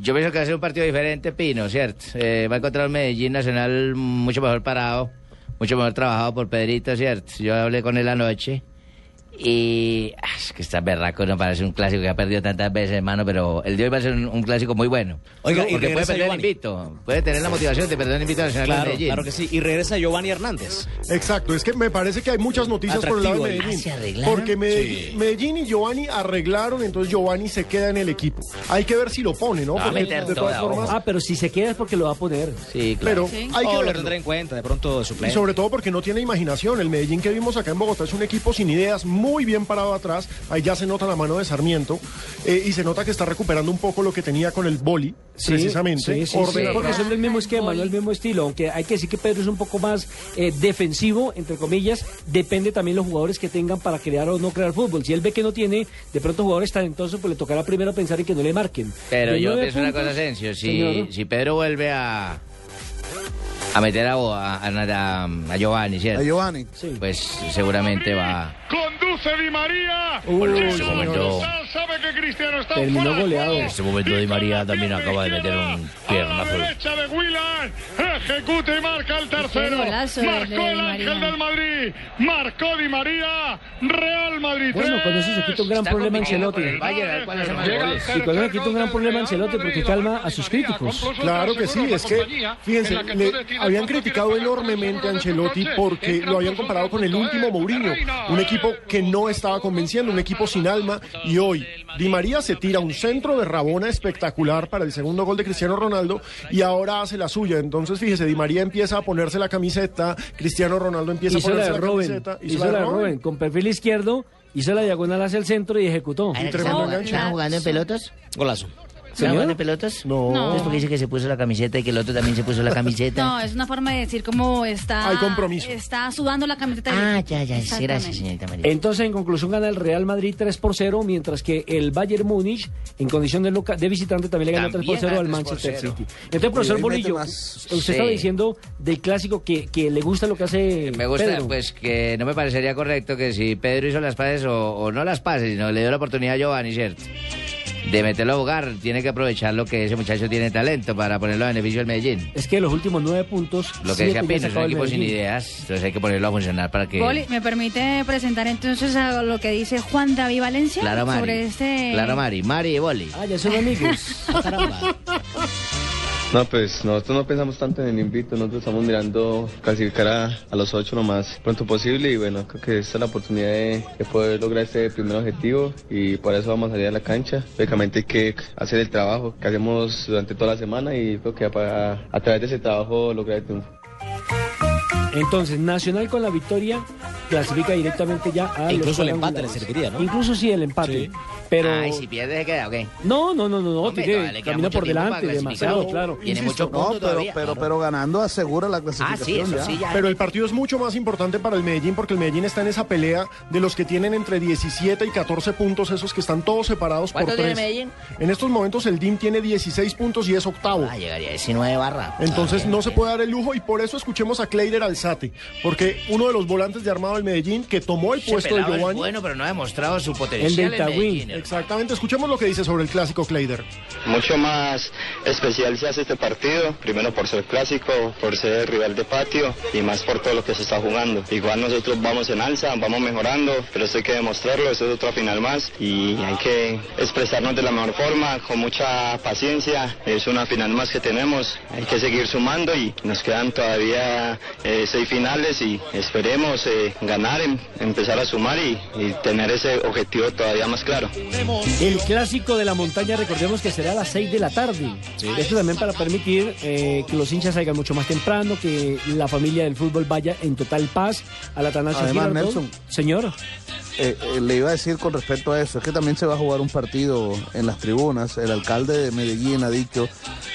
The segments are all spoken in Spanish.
Yo pienso que va a ser un partido diferente, Pino, ¿cierto? Eh, va a encontrar un Medellín Nacional mucho mejor parado, mucho mejor trabajado por Pedrito, ¿cierto? Yo hablé con él anoche y ah, es que está berraco, no parece un clásico que ha perdido tantas veces, hermano, pero el de hoy va a ser un, un clásico muy bueno. Oiga, y porque puede regresa perder el Giovanni. invito, puede tener la motivación de perder el invito nacional con Claro, Medellín. claro que sí. Y regresa Giovanni Hernández. Exacto, es que me parece que hay muchas noticias por el lado Atractivo, de ¿eh? Ah, Medellín. ¿se arreglaron? porque Medellín, Medellín y Giovanni arreglaron, entonces Giovanni se queda en el equipo. Hay que ver si lo pone, ¿no? Va a Porque meter de todas toda, ojo. formas, Ah, pero si se queda es porque lo va a poner. Sí, claro. pero hay que o Oh, lo verlo. tendrá en cuenta, de pronto Y suplente. sobre todo porque no tiene imaginación. El Medellín que vimos acá en Bogotá es un equipo sin ideas, muy bien parado atrás. Ahí ya se nota la mano de Sarmiento. eh, y se nota que está recuperando un poco lo que tenía con el boli, Sí, precisamente. sí, sí, Orden- sí, porque son el mismo esquema, no el mismo estilo. Aunque hay que decir que Pedro es un poco más eh, defensivo, entre comillas. Depende también los jugadores que tengan para crear o no crear fútbol. Si él ve que no tiene de pronto jugadores talentosos, pues le tocará primero pensar en que no le marquen. Pero De yo nueve pienso una puntos, cosa, Asensio. Si, señor. si Pedro vuelve a, a meter a, Bo- a, a- a Giovanni, ¿cierto? A Giovanni. Sí. Pues seguramente va. Conduce Di María. Uy, Por Llega ese el momento. dorsal, sabe que Cristiano está Terminó fuera de goleado. juego. En ese momento Y Di con María la también pierna acaba de meter izquierda, un A piernazo. la derecha de Wheeler. Ejecuta y marca el Qué tercero. golazo de Marcó Di el ángel María. del Madrid. Marcó Di María. Real Madrid. Bueno, con eso se tres. quita un gran Está problema compitiendo Ancelotti. con el Bayern, a ver cuáles son los Llega el goles. Y con eso quita un gran gol problema del Real Ancelotti, porque Madrid, calma marcó a sus Di María, críticos. compró su Claro que tercero, sí, la es que, compañía, en fíjense, la que le tú decides habían cuánto criticado quieres pagar por el enormemente a seguro de tu Ancelotti coche. porque Entra lo habían por comparado con el punto, último eh, Mourinho, Reina, un eh, equipo que no estaba convenciendo, un equipo sin alma, y hoy Di María se tira un centro de Rabona espectacular para el segundo gol de Cristiano Ronaldo y ahora hace la suya. Entonces, fíjese, Di María empieza a ponerse la camiseta, Cristiano Ronaldo empieza a Hizo la ponerse de la Robin. camiseta, Hizo la de Robin. Con perfil izquierdo, hizo la diagonal hacia el centro y ejecutó. Ahora que tremendo ¿Están enganche. están jugando en pelotas? Golazo. ¿Están jugando en pelotas? No. No. Es porque dice que se puso la camiseta y que el otro también se puso la camiseta. No, es una forma de decir cómo está. Hay compromiso. Está sudando la camiseta. Ah, ya, ya. sí, Exactamente. Gracias, señorita María. Entonces, en conclusión, gana el Real Madrid 3 por 0, mientras que el Bayern Múnich, en condición de, loca- de visitante, también le ganó 3 por También 0 al gana 3 por Manchester 0. City. Entonces, profesor mete Bolillo, más. usted Sí. estaba diciendo del clásico que, que le gusta lo que hace. Me gusta, Pedro. pues que no me parecería correcto que si Pedro hizo las pases o, o no las pases, sino le dio la oportunidad a Giovanni, ¿cierto? De meterlo a jugar, tiene que aprovechar lo que ese muchacho tiene talento para ponerlo a beneficio del Medellín. Es que los últimos 9 puntos. Lo que decía siete ya Pino, es un sacaba el equipo sin Medellín. ideas, entonces hay que ponerlo a funcionar para que... Boli, ¿me permite presentar entonces a lo que dice Juan David Valencia Claro, Mari. sobre este. Claro, Mari. Mari y Boli. Ah, ya son amigos. Caramba. No, pues nosotros no pensamos tanto en el invito, nosotros estamos mirando clasificar a, a los ocho lo más pronto posible y bueno, creo que esta es la oportunidad de, de poder lograr este primer objetivo y para eso vamos a salir a la cancha. Lógicamente hay que hacer el trabajo que hacemos durante toda la semana y creo que para, a través de ese trabajo lograr el triunfo. Entonces, Nacional con la victoria clasifica directamente ya a. E los incluso el empate le cuadrangulares. serviría, ¿no? Incluso sí, el empate. Sí. Pero. Ay, si pierde se queda, ¿ok? No, no, no, no, no, Hombre, tiene- todavía le queda camina mucho por tiempo delante, para demasiado, clasificar. claro. Tiene muchos No, puntos pero, todavía. pero, claro. pero ganando asegura la Ah, sí, clasificación. eso ya. sí, ya. Pero el partido es mucho más importante para el Medellín porque el Medellín está en esa pelea de los que tienen entre 17 y 14 puntos, esos que están todos separados por ¿Cuántos tres. tiene Medellín? En estos momentos el DIM tiene 16 puntos y es octavo. Ah, llegaría a 19 barra. Ah, Entonces no se puede dar el lujo y por eso escuchemos a Kleider Alzate, porque uno de los volantes de armado del Medellín que tomó el Ese puesto de pelado es Giovanni. bueno, pero no ha demostrado su El potencial del en Itagüí. Medellín. hermano. Exactamente, escuchemos lo que dice sobre el clásico Kleider. Mucho más especial se hace este partido, primero por ser clásico, por ser rival de patio y más por todo lo que se está jugando. Igual nosotros vamos en alza, vamos mejorando, pero eso hay que demostrarlo, eso es otra final más y hay que expresarnos de la mejor forma, con mucha paciencia. Es una final más que tenemos, hay que seguir sumando y nos quedan todavía eh, seis finales y esperemos eh, ganar, em- empezar a sumar y- y tener ese objetivo todavía más claro. El clásico de la montaña, recordemos que será a las 6 de la tarde. Esto también para permitir eh, que los hinchas salgan mucho más temprano, que la familia del fútbol vaya en total paz a la Tanasio Además, Girardot. Nelson. Señor, Eh, eh, le iba a decir con respecto a eso, es que también se va a jugar un partido en las tribunas. El alcalde de Medellín ha dicho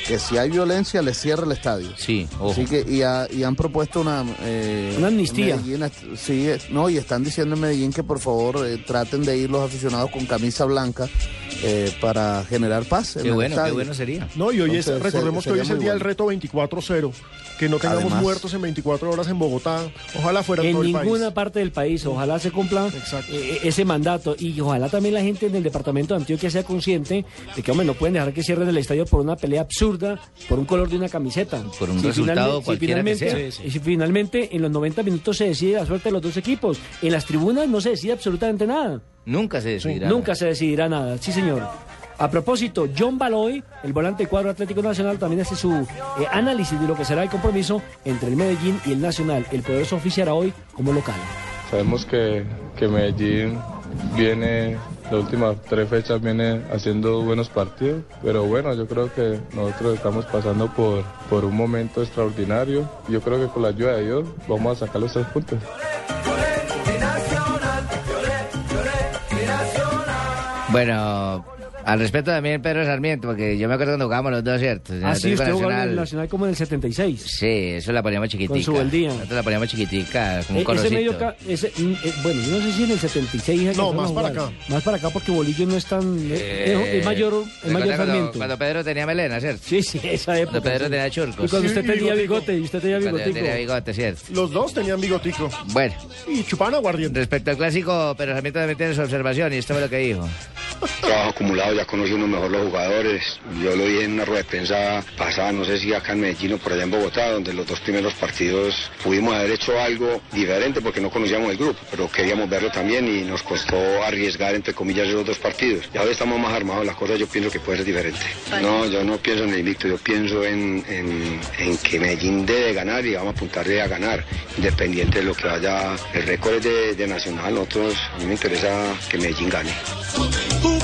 que si hay violencia le cierra el estadio. Sí, ojo. Así que, y, ha- y han propuesto una... eh, Una amnistía. Medellín est- sí, eh, no, y están diciendo en Medellín que por favor eh, traten de ir los aficionados con camisa blanca eh, para generar paz. en Qué el bueno, qué estadio. bueno sería. No, y hoy es, Entonces, recordemos que sería hoy es el muy día del bueno. reto 24-0. Que no tengamos Además. muertos en 24 horas en Bogotá. Ojalá fuera en en todo el ninguna país. Mm. parte del país, ojalá se cumpla Exacto. eh, ese mandato y ojalá también la gente en el departamento de Antioquia sea consciente de que, hombre, no pueden dejar que cierren el estadio por una pelea absurda, por un color de una camiseta. Por un resultado cualquiera que finalmente, sea. y si finalmente en los 90 minutos se decide la suerte de los dos equipos, en las tribunas no se decide absolutamente nada. Nunca se decidirá. Nunca se decidirá nada, sí señor. A propósito, John Baloy, el volante del cuadro Atlético Nacional, también hace su eh, análisis de lo que será el compromiso entre el Medellín y el Nacional. El poderoso oficiará hoy como local. Sabemos que, que Medellín viene, las últimas tres fechas viene haciendo buenos partidos, pero bueno, yo creo que nosotros estamos pasando por, por un momento extraordinario. Yo creo que con la ayuda de Dios vamos a sacar los tres puntos. Bueno, al respecto también Pedro Sarmiento, porque yo me acuerdo cuando jugábamos los dos, ¿cierto? En el Así Atlético Ah, usted jugó en el Nacional como en el 76. Sí, eso la poníamos chiquitica. Con su baldía. Nosotros la poníamos chiquitica, como un E- ese corocito. medio ca- ese, mm, eh, bueno, yo no sé si en el 76 alcanzaron más a para jugar. acá. Más para acá porque Bolillo no es tan eh, es- Eh, es mayor, es ¿recuerda mayor cuando- Sarmiento. Cuando Pedro tenía melena, ¿cierto? Sí, sí, esa época. Cuando Pedro sí. tenía Y churcos. cuando Sí, usted y tenía bigotico. bigote y usted tenía Cuando bigotico. tenía bigote, ¿cierto? Los dos tenían bigotico. Bueno, Y chupaban aguardiente. respecto al clásico, Pedro Sarmiento también tiene su observación y esto es lo que dijo. Trabajo acumulado, ya conoce uno mejor los jugadores. Yo lo vi en una rueda de prensa pasada, no sé si acá en Medellín o por allá en Bogotá, donde los dos primeros partidos pudimos haber hecho algo diferente porque no conocíamos el grupo, pero queríamos verlo también y nos costó arriesgar, entre comillas, esos dos partidos. Ya ahora estamos más armados, la cosa yo pienso que puede ser diferente. No, yo no pienso en el invicto, yo pienso en, en- en que Medellín debe ganar y vamos a apuntarle a ganar, independiente de lo que vaya. El récord es de, de Nacional, nosotros, a mí me interesa que Medellín gane.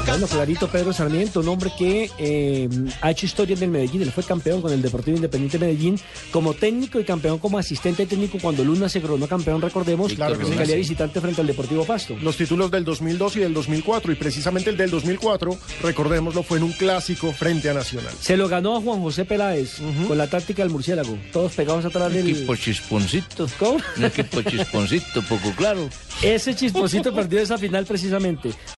Bueno, clarito Pedro Sarmiento, un hombre que eh, ha hecho historia en el Medellín. Él fue campeón con el Deportivo Independiente de Medellín como técnico y campeón como asistente técnico cuando Luna se coronó campeón, recordemos, Sí, claro que en sí. calidad de visitante frente al Deportivo Pasto. Los títulos del 2002 y del 2004. Y precisamente el del 2004, recordémoslo, fue en un clásico frente a Nacional. Se lo ganó a Juan José Peláez con la táctica del murciélago. Todos pegados atrás del... Equipo chisponcito. ¿Cómo? Un equipo chisponcito, poco claro. Ese chisposito perdió esa final precisamente.